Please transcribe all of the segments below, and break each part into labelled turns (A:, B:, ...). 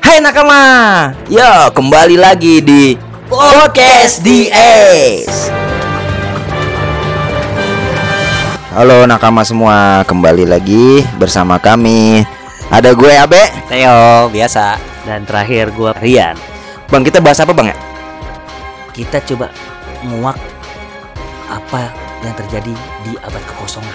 A: Hai nakama
B: Yo, Ya, kembali lagi di Podcast DS. Halo nakama semua, kembali lagi bersama kami. Ada gue Abe,
A: Theo
B: biasa.
A: Dan terakhir gua Rian
B: Bang, kita bahas apa, Bang ya?
A: Kita coba nguak apa yang terjadi di abad kekosongan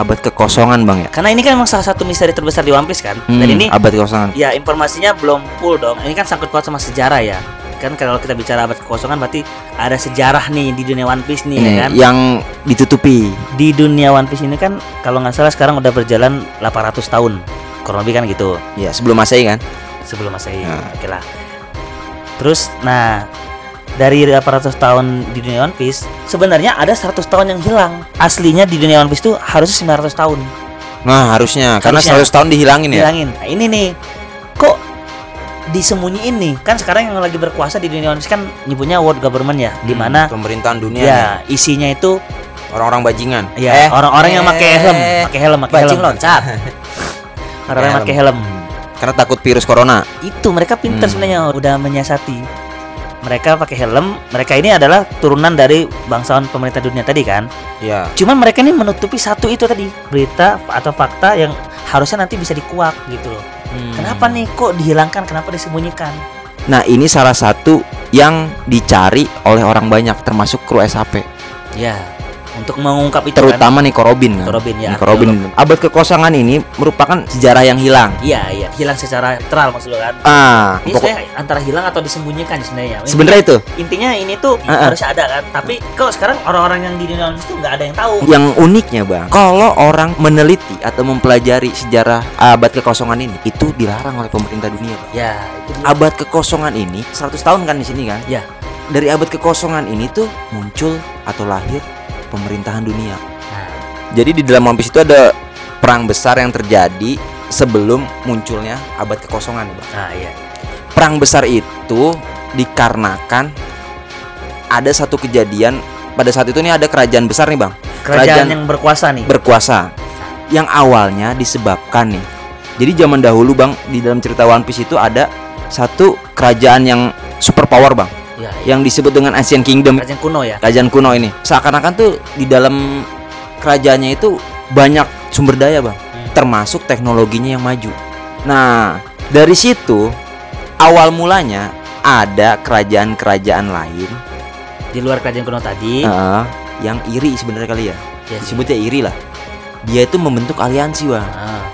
B: Abad kekosongan, Bang ya.
A: Karena ini kan memang salah satu misteri terbesar di One Piece kan
B: Hmm,
A: Dan ini
B: abad kekosongan.
A: ya informasinya belum full dong Ini kan sangkut paut sama sejarah ya Kan kalau kita bicara abad kekosongan berarti ada sejarah nih di dunia One Piece nih ya
B: Ini
A: kan
B: yang ditutupi.
A: Di dunia One Piece ini kan kalau nggak salah sekarang udah berjalan 800 tahun Kurang lebih kan gitu
B: Ya, sebelum Masehi kan.
A: sebelum Masehi.
B: Ya.
A: Oke lah. Terus nah dari 800 tahun di dunia One Piece sebenarnya ada 100 tahun yang hilang. Aslinya di dunia One Piece tuh harusnya 900 tahun.
B: Nah, harusnya, karena 100
A: Harusnya.
B: tahun dihilangin ya.
A: Hilangin. Nah, ini nih kok disembunyiin nih? Kan sekarang yang lagi berkuasa di dunia One Piece kan nyebutnya world government ya, di mana
B: pemerintahan dunia
A: ya
B: Hmm. Iya nih,
A: isinya itu
B: orang-orang bajingan. Eh,
A: ya orang-orang yang pakai helm,
B: eh,
A: pakai helm, pakai
B: bajing
A: helm. loncat. orang yang
B: Helm.
A: pakai helm.
B: Hmm. karena takut virus corona.
A: itu mereka pinter
B: Hmm.
A: sebenarnya udah menyiasati mereka pakai helm mereka ini adalah turunan dari bangsawan pemerintah dunia tadi kan
B: Ya.
A: cuman mereka ini menutupi satu itu tadi berita atau fakta yang harusnya nanti bisa dikuak gitu loh kenapa nih kok dihilangkan kenapa disembunyikan
B: Nah ini salah satu yang dicari oleh orang banyak termasuk kru SHP
A: ya untuk mengungkap itu kan
B: terutama Nico Robin kan.
A: Nico Robin, ya,
B: Nico Robin. Abad kekosongan ini merupakan sejarah yang hilang.
A: iya iya hilang secara literal maksud lo kan
B: Ah,
A: ini
B: pokok-
A: sebenarnya antara hilang atau disembunyikan sebenarnya Ini-
B: sebenarnya itu
A: intinya ini tuh
B: Ah, ah.
A: harusnya ada kan tapi kok sekarang orang-orang yang di dunia itu nggak ada yang tahu
B: yang uniknya bang. Kalau orang meneliti atau mempelajari sejarah abad kekosongan ini itu dilarang oleh pemerintah dunia bang.
A: ya itu dia.
B: Abad kekosongan ini 100 tahun kan di sini kan?
A: Ya.
B: Dari abad kekosongan ini tuh muncul atau lahir pemerintahan dunia.
A: Nah,
B: Jadi di dalam One Piece itu ada perang besar yang terjadi sebelum munculnya abad kekosongan, Bang.
A: nah iya
B: Perang besar itu dikarenakan ada satu kejadian pada saat itu nih ada kerajaan besar nih, Bang,
A: kerajaan
B: Kerajaan-
A: yang berkuasa nih.
B: berkuasa. Yang awalnya disebabkan nih. Jadi zaman dahulu, Bang, di dalam cerita One Piece itu ada satu kerajaan yang super power, Bang,
A: ya, ya.
B: yang disebut dengan Asian Kingdom.
A: kerajaan kuno ya.
B: kerajaan kuno ini seakan-akan tuh di dalam kerajaannya itu banyak sumber daya bang termasuk teknologinya yang maju nah dari situ awal mulanya ada kerajaan-kerajaan lain
A: Di luar kerajaan kuno tadi.
B: eh, yang iri sebenarnya kali ya
A: ya,
B: disebutnya iri lah dia itu membentuk aliansi bang
A: Nah,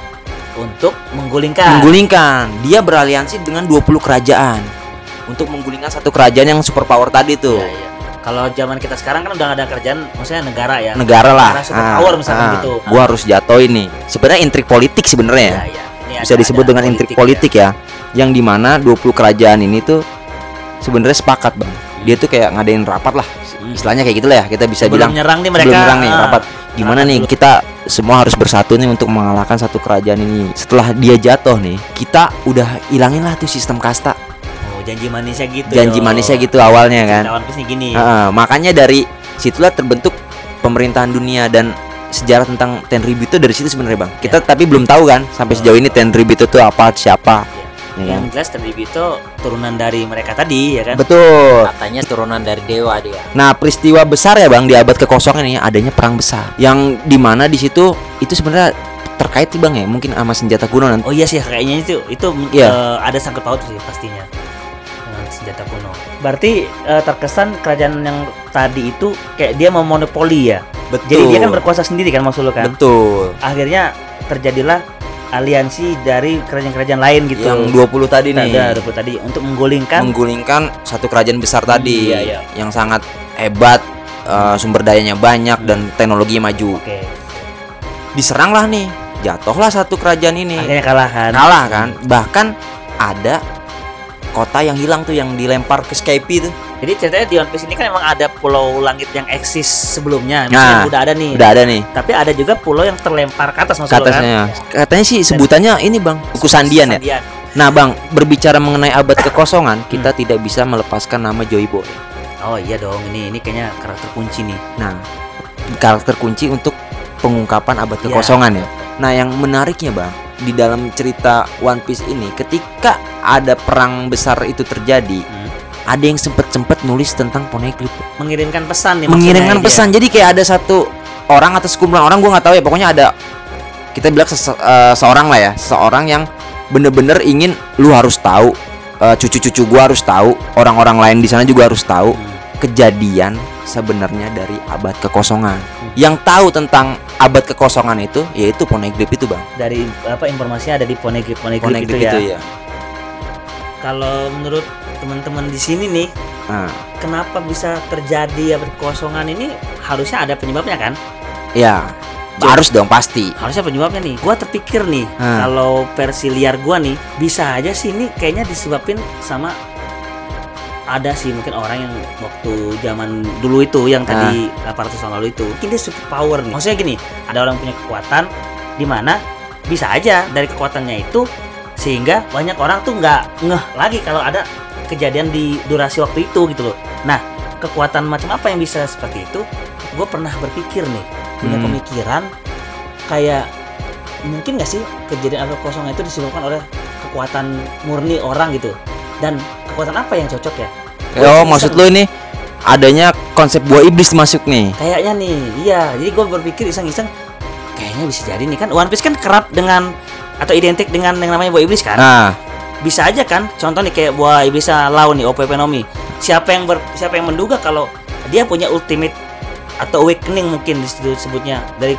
A: untuk menggulingkan.
B: menggulingkan dia beraliansi dengan 20 kerajaan untuk menggulingkan satu kerajaan yang super power tadi tuh
A: Ya, ya. Kalau zaman kita sekarang kan udah nggak ada kerajaan, maksudnya negara ya.
B: negara lah Ah,
A: Negara super power misalnya gitu.
B: gua harus jatuhin nih sebenarnya intrik politik sebenarnya ya.
A: Ya, ya. Ini
B: bisa
A: ada-
B: disebut
A: ada
B: dengan intrik
A: ya.
B: politik ya. yang dimana 20 kerajaan ini tuh sebenarnya sepakat bang dia tuh kayak ngadain rapat lah
A: Hmm.
B: istilahnya kayak gitu lah ya kita bisa
A: Sebelum
B: bilang
A: nyerang nih mereka.
B: belum nyerang nih
A: ah,
B: rapat gimana
A: rapat
B: nih
A: dulu.
B: kita semua harus bersatu nih untuk mengalahkan satu kerajaan ini setelah dia jatuh nih kita udah ilangin lah tuh sistem kasta
A: Oh, janji manisnya gitu.
B: janji
A: dong.
B: manisnya gitu awalnya kan
A: Lawan Piece nih gini.
B: Heeh, makanya dari situlah terbentuk pemerintahan dunia dan sejarah tentang Tenryubito dari situ sebenarnya bang. Kita
A: Ya.
B: tapi belum tahu kan sampai sejauh ini Tenryubito itu apa siapa, ya kan?
A: Yang jelas Tenryubito turunan dari mereka tadi ya kan.
B: Betul.
C: Katanya turunan dari dewa dia.
B: Nah peristiwa besar ya bang di abad kekosongan ini adanya perang besar yang dimana di situ itu sebenarnya terkait sih, bang ya mungkin sama senjata kuno nanti.
A: Oh iya sih kayaknya itu itu
B: Iya.
A: eh, ada sangkut paut sih pastinya dengan senjata kuno. Berarti eh, terkesan kerajaan yang tadi itu kayak dia memonopoli ya.
B: Betul.
A: Jadi dia kan berkuasa sendiri kan maksud lo kan.
B: Betul.
A: Akhirnya terjadilah aliansi dari kerajaan-kerajaan lain gitu.
B: Yang 20 tadi nih
A: ada dua tadi untuk menggolingkan
B: menggulingkan satu kerajaan besar tadi
A: kan? Iya, iya.
B: yang sangat hebat, eh, sumber dayanya banyak dan teknologi maju.
A: Oke.
B: diseranglah nih jatuhlah satu kerajaan ini
A: Akhirnya kalah kan.
B: kalah kan bahkan ada kota yang hilang tuh yang dilempar ke Skype itu
A: Jadi ceritanya di One Piece ini kan emang ada pulau langit yang eksis sebelumnya.
B: Nah,
A: Misalnya udah ada nih.
B: udah ada nih
A: Tapi ada juga pulau yang terlempar ke atas maksud
B: ke
A: lo kan.
B: atasnya katanya sih sebutannya ini bang buku sandian ya
A: Sandian.
B: nah bang berbicara mengenai abad kekosongan kita tidak bisa melepaskan nama Joy Boy
A: Oh iya dong, ini ini kayaknya karakter kunci nih.
B: nah karakter kunci untuk pengungkapan abad kekosongan ya nah yang menariknya bang di dalam cerita One Piece ini ketika ada perang besar itu terjadi
A: Hmm.
B: ada yang sempet-sempet nulis tentang Poneglyph
A: mengirimkan pesan nih
B: mengirimkan
A: maksudnya
B: pesan jadi kayak ada satu orang atau sekumpulan orang gue nggak tahu ya pokoknya ada kita bilang sese- eh, seorang lah ya seorang yang bener-bener ingin lu harus tahu eh, cucu-cucu gue harus tahu orang-orang lain di sana juga harus tahu
A: Hmm,
B: kejadian sebenarnya dari abad kekosongan yang tahu tentang abad kekosongan itu yaitu poneglyph itu bang
A: dia. dari apa informasinya ada di poneglyph poneglyph itu
B: poneglyph
A: ya.
B: itu ya
A: Kalau menurut teman-teman di sini nih
B: nah,
A: kenapa bisa terjadi apa kekosongan ini harusnya ada penyebabnya kan
B: ya
A: Jadi-
B: harus dong pasti
A: harusnya penyebabnya nih gua terpikir nih
B: Hmm.
A: kalau versi liar gua nih bisa aja sih ini kayaknya disebabin sama ada sih mungkin orang yang waktu zaman dulu itu yang tadi 800 tahun lalu itu mungkin dia super power nih maksudnya gini ada orang punya kekuatan di mana bisa aja dari kekuatannya itu sehingga banyak orang tuh nggak ngeh lagi kalau ada kejadian di durasi waktu itu gitu loh nah kekuatan macam apa yang bisa seperti itu gue pernah berpikir nih punya
B: Hmm.
A: pemikiran kayak mungkin nggak sih kejadian atau kosong itu disebabkan oleh kekuatan murni orang gitu dan kekuatan apa yang cocok ya
B: oh maksud lu ini adanya konsep buah iblis masuk nih
A: kayaknya nih iya jadi gue berpikir iseng-iseng kayaknya bisa jadi nih kan One Piece kan kerap dengan atau identik dengan yang namanya buah iblis kan
B: nah
A: bisa aja kan contoh nih kayak buah iblisnya Lau nih OP Penomi siapa yang ber, siapa yang menduga kalau dia punya ultimate atau awakening mungkin disitu sebutnya dari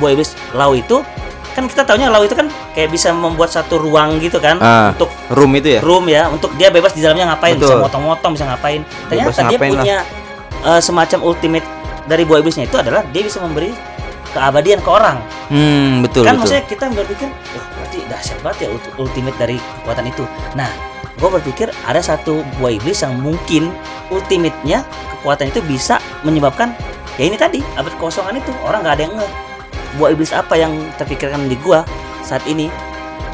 A: buah iblis Lau itu kan kita taunya Lau itu kan kayak bisa membuat satu ruang gitu kan
B: Ah.
A: untuk
B: room itu ya
A: room ya untuk dia bebas di dalamnya ngapain bisa
B: Betul.
A: motong-motong bisa ngapain ternyata
B: Bebas
A: dia
B: ngapain lah.
A: punya eh, semacam ultimate dari buah iblisnya itu adalah dia bisa memberi keabadian ke orang
B: Hmm, betul betul.
A: kan maksudnya kita berpikir wah berarti dahsyat banget ya ult- ultimate dari kekuatan itu nah gue berpikir ada satu buah iblis yang mungkin ultimate-nya kekuatan itu bisa menyebabkan ya ini tadi abad kosongan itu orang nggak ada yang nge buah iblis apa yang terpikirkan di gua saat ini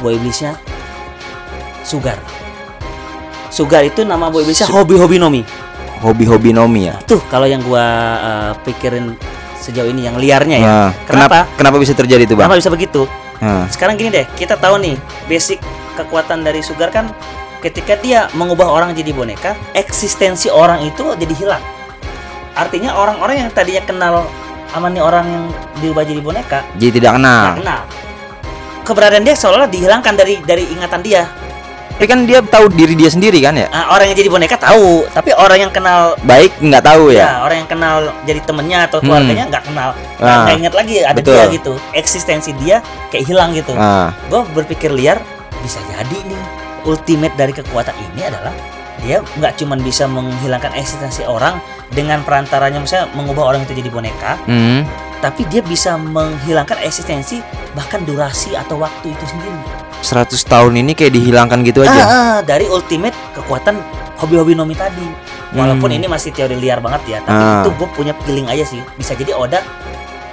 A: buah iblisnya sugar sugar itu nama buah iblisnya
B: Su-
A: hobi-hobi nomi
B: Hobi-hobi nomi ya.
A: tuh kalau yang gua eh, pikirin sejauh ini yang liarnya ya
B: Nah,
A: Kenapa?
B: kenapa kenapa bisa terjadi itu, Bang?
A: kenapa bisa begitu
B: Nah,
A: sekarang gini deh kita tahu nih basic kekuatan dari Sugar kan ketika dia mengubah orang jadi boneka eksistensi orang itu jadi hilang artinya orang-orang yang tadinya kenal sama nih orang yang diubah jadi boneka
B: jadi tidak kenal.
A: nggak kenal keberadaan dia seolah-olah dihilangkan dari dari ingatan dia
B: Tapi kan dia tahu diri dia sendiri kan ya?
A: Ah, orang yang jadi boneka tahu tapi orang yang kenal
B: Baik nggak tahu ya.
A: ya, orang yang kenal jadi temennya atau
B: Hmm.
A: keluarganya nggak kenal nggak
B: Ah.
A: nggak ingat lagi ada
B: Betul.
A: dia gitu eksistensi dia kayak hilang gitu
B: Nah,
A: gue berpikir liar bisa jadi nih ultimate dari kekuatan ini adalah dia nggak cuman bisa menghilangkan eksistensi orang dengan perantaranya misalnya mengubah orang itu jadi boneka
B: hmm,
A: tapi dia bisa menghilangkan eksistensi bahkan durasi atau waktu itu sendiri
B: 100 tahun ini kayak dihilangkan gitu aja.
A: Ah, ah, dari ultimate kekuatan hobi-hobi nomi tadi walaupun
B: Hmm.
A: ini masih teori liar banget ya tapi
B: Ah.
A: itu gue punya feeling aja sih bisa jadi Oda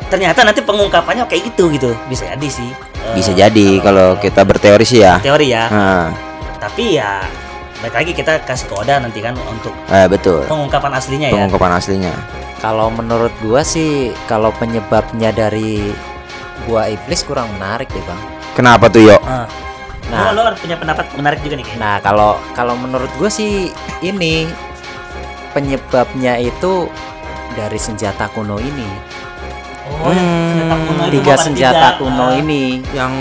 A: ternyata nanti pengungkapannya kayak gitu gitu bisa jadi sih Eh,
B: Bisa jadi kalau kita berteori sih ya.
A: teori ya
B: Nah,
A: tapi ya balik lagi kita kasih kode nanti kan untuk
B: eh, betul.
A: pengungkapan aslinya ya
B: Pengungkapan aslinya.
C: Kalau menurut gua sih kalau penyebabnya dari buah iblis kurang menarik deh, Bang.
B: Kenapa tuh, Yo?
A: Ah.
C: Nah,
A: lo, lo punya pendapat menarik juga nih kayaknya
C: nah kalau kalau menurut gua sih ini penyebabnya itu dari senjata kuno ini.
A: oh yang senjata kuno itu
C: hmm, Tiga
A: bukan
C: senjata
A: tiga.
C: kuno
A: Ah.
C: ini,
B: Yang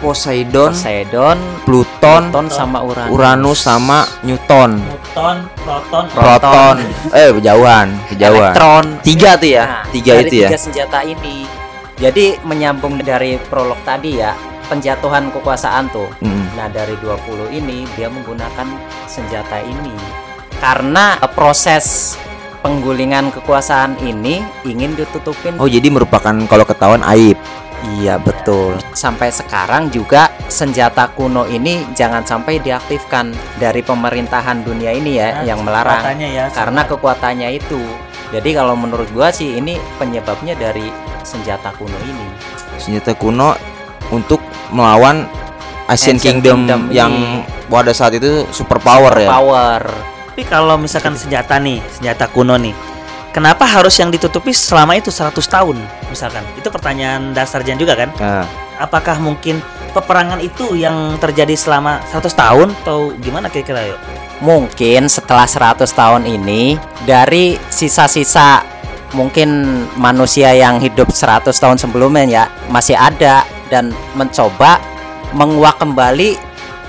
B: Poseidon,
C: Poseidon,
B: Pluton,
C: Pluton sama Uranus.
B: Uranus sama Newton,
A: Newton proton
B: Proton. Eh, jauhan, jauhan.
C: Elektron.
B: Tiga tuh ya.
C: Nah,
B: Tiga
C: dari
B: itu ya.
C: Tiga senjata ini. Jadi menyambung dari prolog tadi ya, penjatuhan kekuasaan tuh.
B: Hmm.
C: Nah, dari 20 ini dia menggunakan senjata ini. Karena eh, proses penggulingan kekuasaan ini ingin ditutupin.
B: Oh jadi merupakan kalau ketahuan aib. Iya
C: betul. Sampai sekarang juga senjata kuno ini jangan sampai diaktifkan dari pemerintahan dunia ini
B: Nah,
C: ya
A: Ah,
C: yang melarang.
A: kekuatannya ya
C: karena kekuatannya itu. Jadi kalau menurut gua sih ini penyebabnya dari senjata kuno ini.
B: Senjata kuno untuk melawan Asian,
C: Asian
B: Kingdom,
C: Kingdom Iya.
B: yang pada saat itu super power ya.
C: Power.
A: tapi kalau misalkan senjata nih senjata kuno nih Kenapa harus yang ditutupi selama itu 100 tahun misalkan? Itu pertanyaan dasar Jan juga kan?
B: Nah,
A: Apakah mungkin peperangan itu yang terjadi selama 100 tahun atau gimana kira-kira yuk?
C: mungkin setelah 100 tahun ini dari sisa-sisa mungkin manusia yang hidup 100 tahun sebelumnya ya masih ada dan mencoba menguak kembali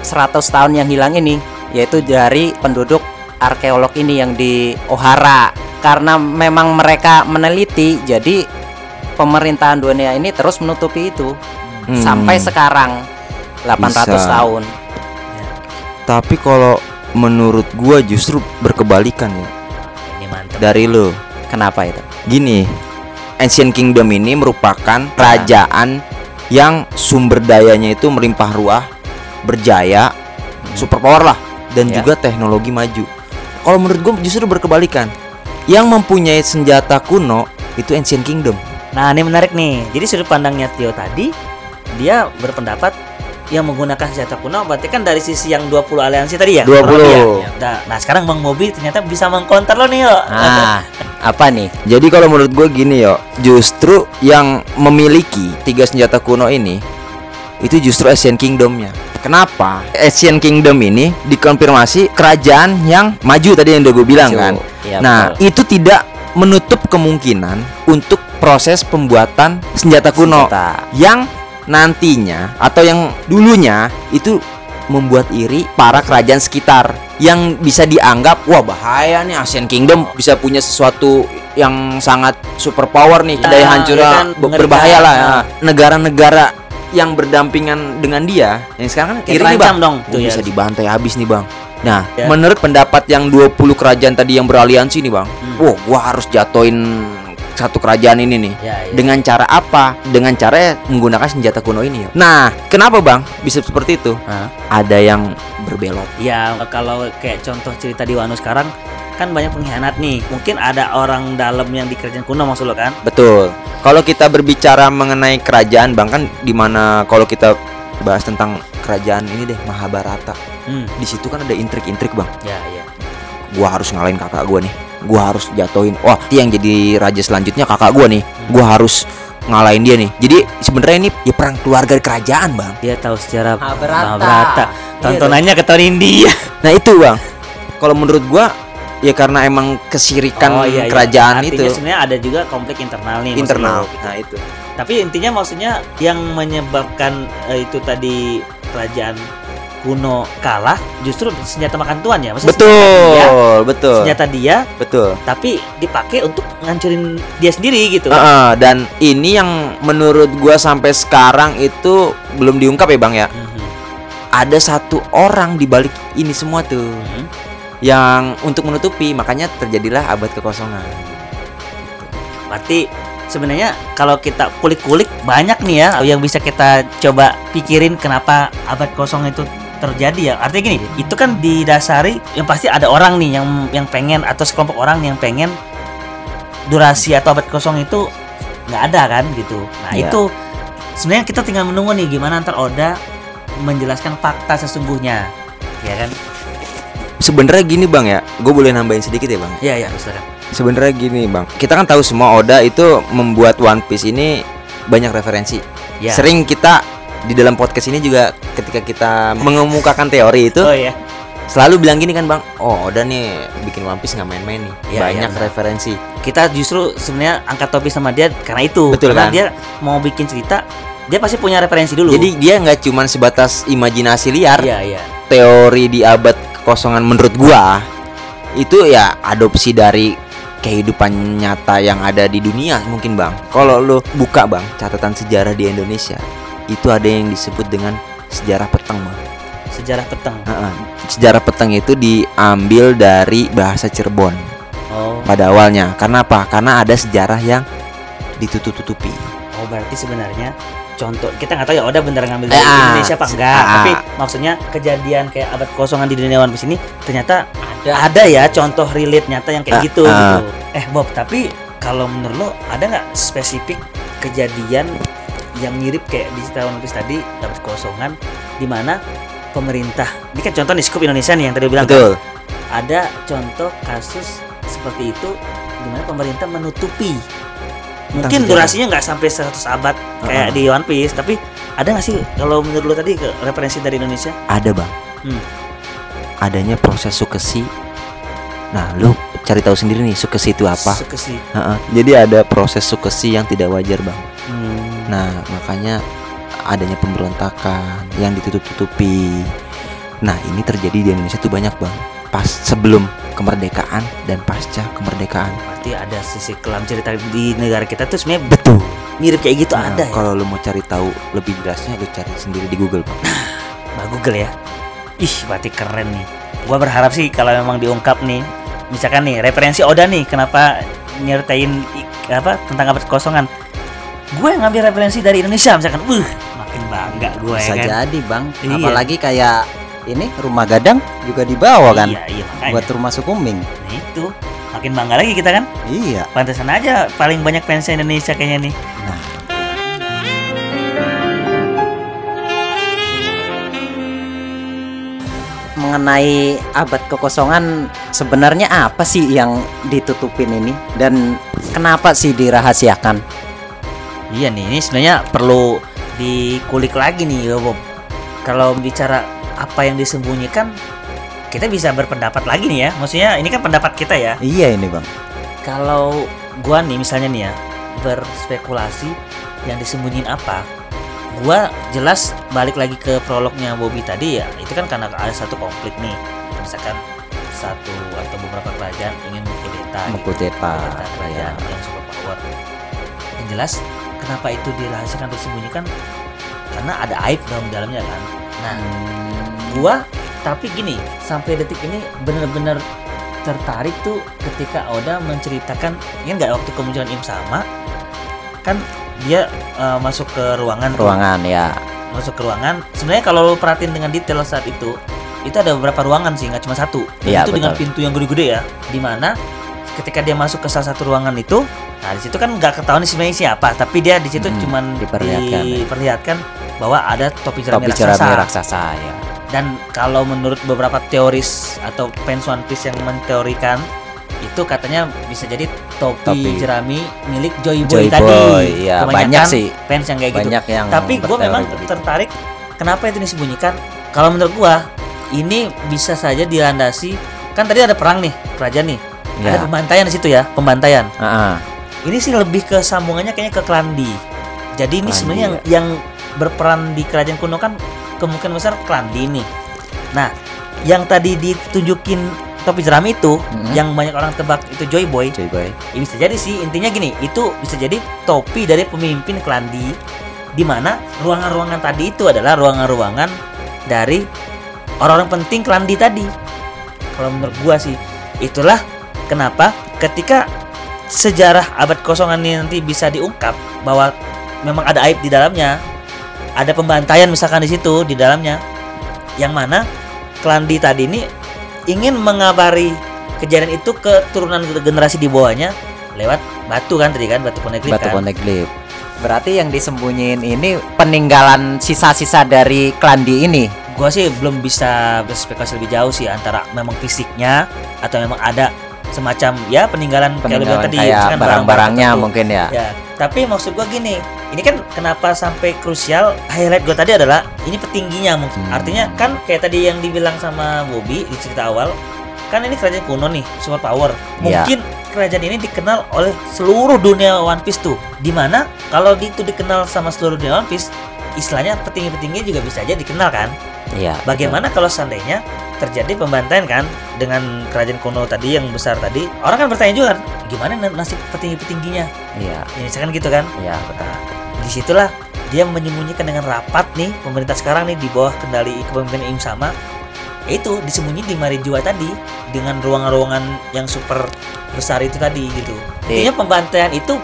C: 100 tahun yang hilang ini yaitu dari penduduk arkeolog ini yang di Ohara karena memang mereka meneliti jadi pemerintahan dunia ini terus menutupi itu
B: Hmm.
C: sampai sekarang 800
B: Bisa.
C: tahun
B: Tapi kalau menurut gua justru berkebalikan ya
A: Ini mantap.
B: dari lo.
C: kenapa itu
B: Gini, Ancient Kingdom ini merupakan kerajaan yang sumber dayanya itu melimpah ruah, berjaya, superpower lah, dan
C: Ya.
B: juga teknologi maju. Kalau menurut gua justru berkebalikan. Yang mempunyai senjata kuno itu Ancient Kingdom.
A: Nah ini menarik nih. Jadi sudut pandangnya Tio tadi, dia berpendapat yang menggunakan senjata kuno berarti kan dari sisi yang 20 aliansi tadi ya?
B: 20.
A: kurang lebih ya? Nah, nah, sekarang Bang Mobi ternyata bisa mengkonter lo nih yo.
C: ah apa nih
B: Jadi kalau menurut gue gini yo, justru yang memiliki tiga senjata kuno ini itu justru Asian Kingdomnya. Kenapa? Asian Kingdom ini dikonfirmasi kerajaan yang maju tadi yang udah gue bilang kan.
C: Iya,
B: Nah
C: betul.
B: itu tidak menutup kemungkinan untuk proses pembuatan senjata kuno
C: Senjata.
B: yang nantinya atau yang dulunya itu membuat iri para kerajaan sekitar yang bisa dianggap wah bahaya nih Asian Kingdom bisa punya sesuatu yang sangat superpower nih
A: Ya,
B: daya hancurnya
A: ya kan,
B: be-
A: mengerikan. Nah.
B: berbahaya lah ya. negara-negara yang berdampingan dengan dia yang sekarang kan
A: Kayak
B: iri nih
A: terancam
B: bang
A: dong.
B: Gua
A: Tuh,
B: bisa
A: ya.
B: dibantai habis nih bang nah
A: Ya.
B: menurut pendapat yang 20 kerajaan tadi yang beraliansi nih bang
A: Hmm.
B: wah gua harus jatuhin satu kerajaan ini nih
A: Ya, ya.
B: dengan cara apa? Dengan cara menggunakan senjata kuno ini. ya. Nah, kenapa bang bisa seperti itu?
A: Hah?
B: Ada yang berbelok.
A: Ya kalau kayak contoh cerita di Wano sekarang kan banyak pengkhianat nih. Mungkin ada orang dalam yang di kerajaan kuno maksud lo kan?
B: Betul. Kalau kita berbicara mengenai kerajaan, bang kan dimana kalau kita bahas tentang kerajaan ini deh Mahabharata.
A: Hmm.
B: Di situ kan ada intrik-intrik bang.
A: Ya ya.
B: Gua harus ngalahin kakak gua nih. Gua harus jatuhin. Wah, dia yang jadi raja selanjutnya kakak gua nih.
A: Hmm.
B: Gua harus ngalahin dia nih. Jadi sebenarnya ini ya perang keluarga kerajaan bang.
A: Dia tahu sejarah
C: Mahabharata.
A: Iya, Tontonannya ke tahun India.
B: Nah itu bang, kalau menurut gua ya karena emang kesirikan
A: Oh, iya, iya.
B: kerajaan
A: Artinya
B: itu
A: sebenarnya ada juga konflik internal nih. maksud
B: internal.
A: lo.
B: Nah itu.
A: Tapi intinya maksudnya yang menyebabkan eh, itu tadi kerajaan kuno kalah justru senjata makan tuan ya. Maksudnya
B: Betul,
A: senjata dia,
B: betul,
A: senjata dia
B: betul.
A: tapi dipakai untuk ngancurin dia sendiri gitu.
B: Heeh, dan ini yang menurut gua sampai sekarang itu belum diungkap ya bang ya.
A: Mhm.
B: Ada satu orang di balik ini semua tuh
A: Mhm.
B: yang untuk menutupi makanya terjadilah abad kekosongan.
A: Berarti sebenarnya kalau kita kulik-kulik banyak nih ya yang bisa kita coba pikirin kenapa abad kosong itu terjadi ya. Artinya gini, itu kan didasari yang pasti ada orang nih yang yang pengen atau sekelompok orang yang pengen durasi atau abad kosong itu nggak ada kan gitu. Nah,
B: Iya.
A: itu sebenarnya kita tinggal menunggu nih gimana ntar Oda menjelaskan fakta sesungguhnya. Ya kan?
B: Sebenarnya gini bang ya, gue boleh nambahin sedikit ya bang.
A: Iya, ya, silakan.
B: Sebenarnya gini bang, kita kan tahu semua Oda itu membuat One Piece ini banyak referensi.
A: Ya.
B: Sering kita di dalam podcast ini juga ketika kita mengemukakan teori itu
A: Oh ya.
B: selalu bilang gini kan bang, oh Oda nih bikin One Piece nggak main-main nih,
A: Iya, iya,
B: banyak
A: benar.
B: referensi.
A: kita justru sebenarnya angkat topik sama dia karena itu
B: Betul,
A: karena
B: kan?
A: dia mau bikin cerita dia pasti punya referensi dulu
B: Jadi dia nggak cuman sebatas imajinasi liar.
A: iya iya
B: Teori di abad kekosongan menurut gua itu ya adopsi dari kehidupan nyata yang ada di dunia mungkin bang. Kalau lu buka bang catatan sejarah di Indonesia itu ada yang disebut dengan sejarah peteng bang.
A: sejarah peteng
B: Heeh. Sejarah peteng itu diambil dari bahasa Cirebon
A: oh
B: pada awalnya. Karena apa? Karena ada sejarah yang ditutup-tutupi.
A: oh berarti sebenarnya contoh kita nggak tahu ya Oda bener ngambil
B: Eh,
A: dari
B: ah.
A: Indonesia apa enggak
B: Ah.
A: tapi maksudnya kejadian kayak abad kosongan di dunia One Piece ini ternyata
C: Ada.
A: ada ya contoh relate nyata yang kayak
B: Ah,
A: gitu,
B: ah.
A: gitu eh Bob tapi kalau menurut lo ada nggak spesifik kejadian yang mirip kayak di cerita One Piece tadi abad kosongan di mana pemerintah ini kan contoh di Scoop Indonesia nih yang tadi lo bilang
B: Betul.
A: ada contoh kasus seperti itu di mana pemerintah menutupi mungkin
B: sejarah.
A: durasinya nggak sampai 100 abad kayak di One Piece tapi Ada nggak sih kalau menurut lo tadi ke- referensi dari Indonesia?
C: kan?
B: ada bang
A: Hmm.
B: adanya proses sukesi nah lu cari tahu sendiri nih sukesi itu apa
A: Sekesi.
B: Heeh. jadi ada proses sukesi yang tidak wajar bang
A: Hmm.
B: nah makanya adanya pemberontakan yang ditutup-tutupi nah ini terjadi di Indonesia tuh banyak bang pas sebelum kemerdekaan dan pasca kemerdekaan
A: Berarti ada sisi kelam cerita di negara kita tuh sebenarnya
B: betul
A: mirip kayak gitu
B: Nah,
A: ada ya.
B: kalau lu mau cari tahu lebih jelasnya lu cari sendiri di Google bang
A: Mbak Google ya. Ih, berarti keren nih. Gua berharap sih kalau memang diungkap nih, misalkan nih referensi Oda nih, kenapa nyertain i- apa tentang abad kosongan? Gue yang ngambil referensi dari Indonesia misalkan, uh, makin bangga gue ya
C: bisa
A: kan.
C: jadi bang
A: Iya.
C: apalagi kayak ini rumah gadang juga dibawa kan
A: Iya, iya makanya.
C: buat rumah sukuming
A: Nah, itu makin bangga lagi kita kan.
C: iya
A: Pantesan aja paling banyak fans Indonesia kayaknya nih.
C: nah mengenai abad kekosongan sebenarnya apa sih yang ditutupin ini dan kenapa sih dirahasiakan
A: Iya nih, ini sebenarnya perlu dikulik lagi nih, Bob. Kalau bicara apa yang disembunyikan, kita bisa berpendapat lagi nih ya. Maksudnya ini kan pendapat kita ya.
C: iya ini bang
A: Kalau gua nih misalnya nih ya berspekulasi yang disembunyiin apa? Gua jelas balik lagi ke prolognya Bobby tadi ya. Itu kan karena ada satu konflik nih. Misalkan satu atau beberapa kerajaan ingin mengkudeta gitu
C: mengkudeta
A: kerajaan
C: ya
A: yang super power. Yang jelas kenapa itu dirahasiakan disembunyikan karena ada aib dalam dalamnya kan. Nah, gua tapi gini sampai detik ini bener-bener tertarik tuh ketika Oda menceritakan ya nggak waktu kemunculan Im sama kan dia eh, masuk ke ruangan tuh.
C: ruangan ya
A: masuk ke ruangan sebenarnya kalau lo perhatiin dengan detail saat itu itu ada beberapa ruangan sih nggak cuma satu Dan
C: Iya,
A: itu dengan
C: betul.
A: pintu yang gede-gede ya dimana ketika dia masuk ke salah satu ruangan itu nah di situ kan nggak ketahuan sebenarnya siapa tapi dia di situ
C: Hmm,
A: cuman
C: diperlihatkan, ya.
A: diperlihatkan bahwa ada topi jerami
C: topi
A: raksasa
C: jerami raksasa ya
A: dan kalau menurut beberapa teoris atau fans One Piece yang menteorikan itu katanya bisa jadi topi,
C: Topi.
A: jerami milik Joy Boy
C: Joy
A: tadi
C: Boy, iya, banyak
A: Kebanyakan
C: sih.
A: fans yang kayak gitu
C: banyak yang
A: tapi gue
C: berteori
A: memang
C: begitu.
A: tertarik kenapa itu disembunyikan kalau menurut gue ini bisa saja dilandasi kan tadi ada perang nih kerajaan nih
C: ya.
A: ada pembantaian di situ ya pembantaian
C: Ah, ah.
A: ini sih lebih ke sambungannya kayaknya ke Klandi jadi ini
C: Klandi,
A: sebenarnya yang, yang berperan di kerajaan kuno kan kemungkinan besar Klandi nih nah yang tadi ditunjukin topi jerami itu
C: Mhm.
A: yang banyak orang tebak itu Joy Boy
C: Joy Boy.
A: ini bisa jadi sih intinya gini itu bisa jadi topi dari pemimpin Klandi di mana ruangan-ruangan tadi itu adalah ruangan-ruangan dari orang-orang penting Klandi tadi kalau menurut gua sih itulah kenapa ketika sejarah abad kosongan ini nanti bisa diungkap bahwa memang ada aib di dalamnya ada pembantaian misalkan di situ di dalamnya yang mana Klandi tadi ini ingin mengabari kejadian itu ke turunan generasi di bawahnya lewat batu kan tadi kan batu poneglyph
C: Batu
A: kan
C: Poneglyph. Berarti yang disembunyiin ini peninggalan sisa-sisa dari Klandi ini.
A: gua sih belum bisa berspekulasi lebih jauh sih antara memang fisiknya atau memang ada semacam ya peninggalan, kayak lu bilang
C: Peninggalan kayak
A: misalkan
C: barang-barangnya
A: tertentu.
C: mungkin ya.
A: ya tapi maksud gua gini ini kan kenapa sampai krusial highlight gua tadi adalah ini petingginya mungkin
C: Hmm.
A: artinya kan kayak tadi yang dibilang sama Bobby di cerita awal kan ini kerajaan kuno nih super power
C: Iya.
A: mungkin kerajaan ini dikenal oleh seluruh dunia One Piece tuh dimana kalau itu dikenal sama seluruh dunia One Piece istilahnya petinggi-petinggi juga bisa aja dikenal kan
C: Iya.
A: Bagaimana kalau seandainya terjadi pembantaian kan dengan kerajaan kuno tadi yang besar tadi, orang kan bertanya juga kan, gimana na- nasib petinggi-petingginya?
C: Iya.
A: Ya, misalkan gitu kan.
C: Iya.
A: Nah, disitulah dia menyembunyikan dengan rapat nih pemerintah sekarang nih di bawah kendali kepemimpinan Im sama itu disembunyi di Marijua tadi dengan ruangan-ruangan yang super besar itu tadi gitu.
C: Iya.
A: Intinya pembantaian itu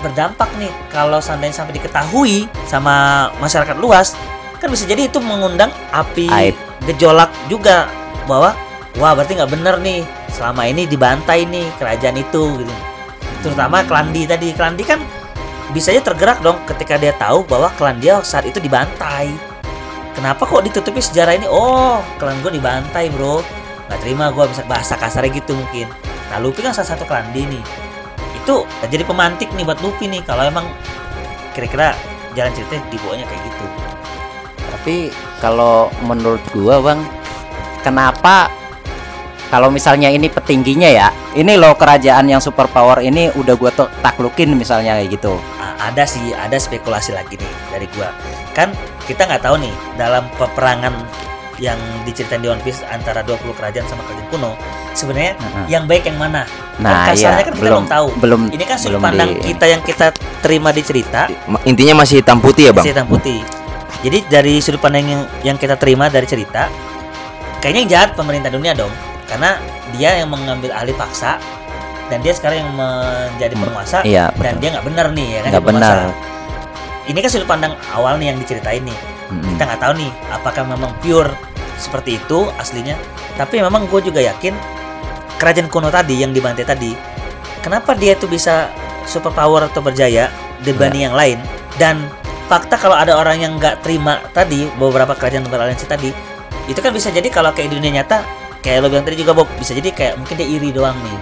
A: berdampak nih kalau seandainya sampai diketahui sama masyarakat luas kan bisa jadi itu mengundang api
C: Aib.
A: gejolak juga bahwa wah berarti nggak bener nih selama ini dibantai nih kerajaan itu gitu terutama Klandi tadi Klandi kan bisa aja tergerak dong ketika dia tahu bahwa klan dia saat itu dibantai kenapa kok ditutupi sejarah ini oh klan gue dibantai bro nggak terima gue bisa bahasa kasarnya gitu mungkin nah Luffy kan salah satu Klandi nih itu jadi pemantik nih buat Luffy nih kalau emang kira-kira jalan ceritanya dibawanya kayak gitu
C: Tapi kalau menurut gua bang, kenapa kalau misalnya ini petingginya ya, ini loh kerajaan yang super power ini udah gua tuh taklukin misalnya kayak gitu.
A: A- ada sih ada spekulasi lagi nih dari gua kan kita nggak tahu nih dalam peperangan yang diceritain di One Piece antara 20 kerajaan sama kerajaan kuno sebenarnya
C: Heeh.
A: yang baik yang mana
C: Nah,
A: kasarnya
C: iya,
A: kan kita
C: belum
A: belum tahu.
C: belum
A: ini kan sudut
C: belum
A: pandang
C: di-
A: kita yang kita terima di cerita
B: Ma- Intinya masih hitam putih ya, Bang.
A: Masih hitam putih. Jadi dari sudut pandang yang, yang kita terima dari cerita, kayaknya yang jahat pemerintah dunia dong, karena dia yang mengambil alih paksa dan dia sekarang yang menjadi
C: Hmm,
A: penguasa
C: Iya,
A: dan dia nggak benar nih ya kan?
C: nggak
A: jadi penguasa.
C: benar.
A: Ini kan sudut pandang awal nih yang diceritain nih.
C: Mm-mm.
A: Kita nggak tahu nih apakah memang pure seperti itu aslinya. Tapi memang gue juga yakin kerajaan kuno tadi yang dibantai tadi, kenapa dia tuh bisa super power atau berjaya dibanding yang lain? Dan fakta kalau ada orang yang nggak terima tadi beberapa kerajaan beraliansi tadi, itu kan bisa jadi kalau kayak di dunia nyata, kayak lo bilang tadi juga Bob, bisa jadi kayak mungkin dia iri doang nih.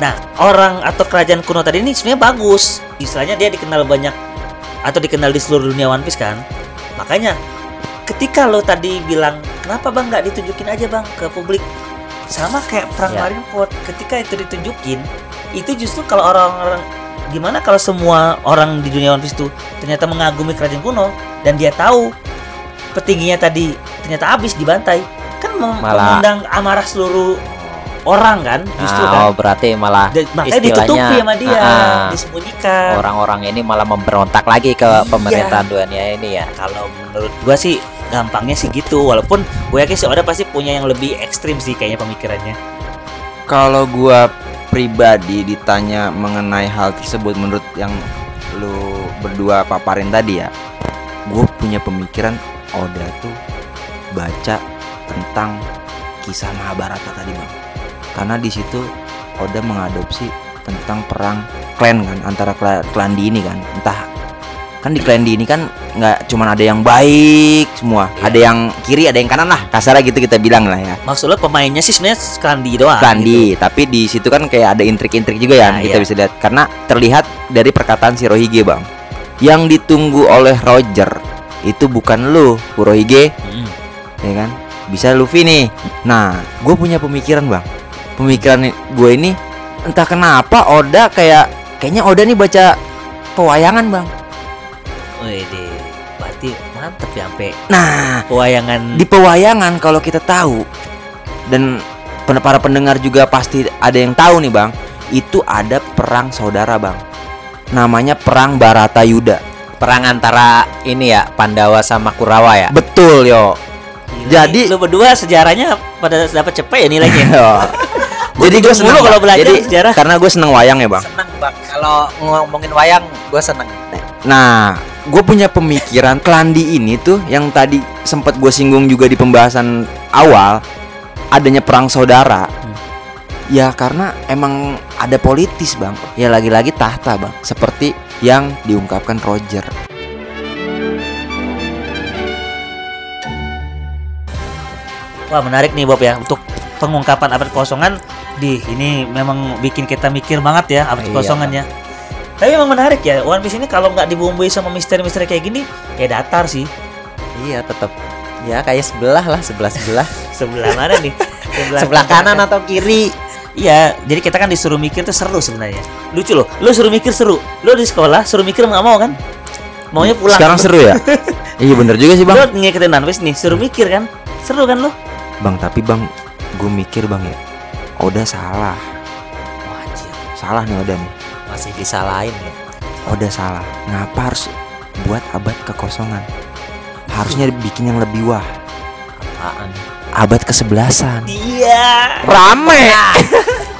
A: Nah, orang atau kerajaan kuno tadi ini sebenarnya bagus. Istilahnya dia dikenal banyak atau dikenal di seluruh dunia One Piece kan. Makanya ketika lo tadi bilang kenapa bang nggak ditunjukin aja bang ke publik sama kayak perang
C: Ya.
A: Marineford ketika itu ditunjukin itu justru kalau orang-orang gimana kalau semua orang di dunia One Piece itu ternyata mengagumi kerajaan kuno dan dia tahu petingginya tadi ternyata habis dibantai kan mem-
C: Malah-
A: mengundang amarah seluruh orang kan justru
C: Ah,
A: kan
C: oh, berarti malah
A: Dan makanya
C: istilahnya,
A: ditutupi sama dia
C: ah, ah.
A: disembunyikan
C: orang-orang ini malah memberontak lagi ke
A: Iya.
C: pemerintahan dunia ini ya.
A: kalau menurut gua sih gampangnya sih gitu walaupun gue yakin sih Oda pasti punya yang lebih ekstrim sih kayaknya pemikirannya
B: Kalau gua pribadi ditanya mengenai hal tersebut menurut yang lu berdua paparin tadi ya, gue punya pemikiran Oda tuh baca tentang kisah Mahabharata tadi bang, karena di situ Oda mengadopsi tentang perang klan kan antara kla- klan di ini kan, entah kan di klan di ini kan nggak cuman ada yang baik semua,
A: Iya.
B: ada yang kiri ada yang kanan lah kasarnya gitu kita bilang lah ya.
A: maksud lo pemainnya sih sebenarnya Kandi doang gitu.
B: Kandi, tapi di situ kan kayak ada intrik-intrik juga ya
A: Nah,
B: kita
A: iya.
B: bisa lihat karena terlihat dari perkataan si Rohige bang yang ditunggu oleh Roger itu bukan lu Kurohige
A: Mm.
B: ya kan bisa Luffy nih nah gue punya pemikiran bang pemikiran gue ini entah kenapa Oda kayak kayaknya Oda nih baca pewayangan bang
A: Wih deh, berarti mantep ya sampai
B: nah
A: wayangan
B: di pewayangan kalau kita tahu dan pen- para pendengar juga pasti ada yang tahu nih bang itu ada perang saudara bang namanya perang Barata Yuda
C: Perang antara ini ya Pandawa sama Kurawa ya.
B: betul yo
A: Gila,
B: jadi-
A: nih, lo berdua sejarahnya pada dapat cepet ya nilainya
B: jadi gue
A: duduk
B: seneng
A: mulu
B: Bang.
A: kalau belajar
B: jadi
A: sejarah.
B: karena gue seneng wayang ya bang
C: Seneng bang kalau ngomongin wayang gue seneng.
B: nah gue punya pemikiran Klandi ini tuh yang tadi sempat gue singgung juga di pembahasan awal adanya perang saudara
A: Hmm.
B: ya karena emang ada politis bang ya lagi-lagi tahta bang seperti yang diungkapkan Roger
A: wah menarik nih Bob ya untuk pengungkapan abad kosongan di ini memang bikin kita mikir banget ya abad
C: Iya.
A: kosongan ya tapi memang menarik ya One Piece ini kalau nggak dibumbui sama misteri-misteri kayak gini ya datar sih
C: Iya tetap ya kayak sebelah lah sebelah sebelah
A: sebelah mana nih
C: sebelah kanan atau kiri.
A: Iya, jadi kita kan disuruh mikir tuh seru sebenarnya. Lucu loh, lu suruh mikir seru. Lu di sekolah suruh mikir nggak mau kan? Maunya pulang.
B: Sekarang seru ya? iya bener juga sih
A: Lu
B: bang
A: ngikutin Nanwis nih, suruh mikir kan? Seru kan lu?
B: Bang tapi bang gue mikir bang ya Oda salah
A: Wajib,
B: Salah nih Oda nih
A: masih bisa.
C: Disalahin loh.
B: Oda salah Ngapa harus buat abad kekosongan Harusnya bikin yang lebih wah
C: Apaan?
B: Abad kesebelasan
A: Iya.
B: Rame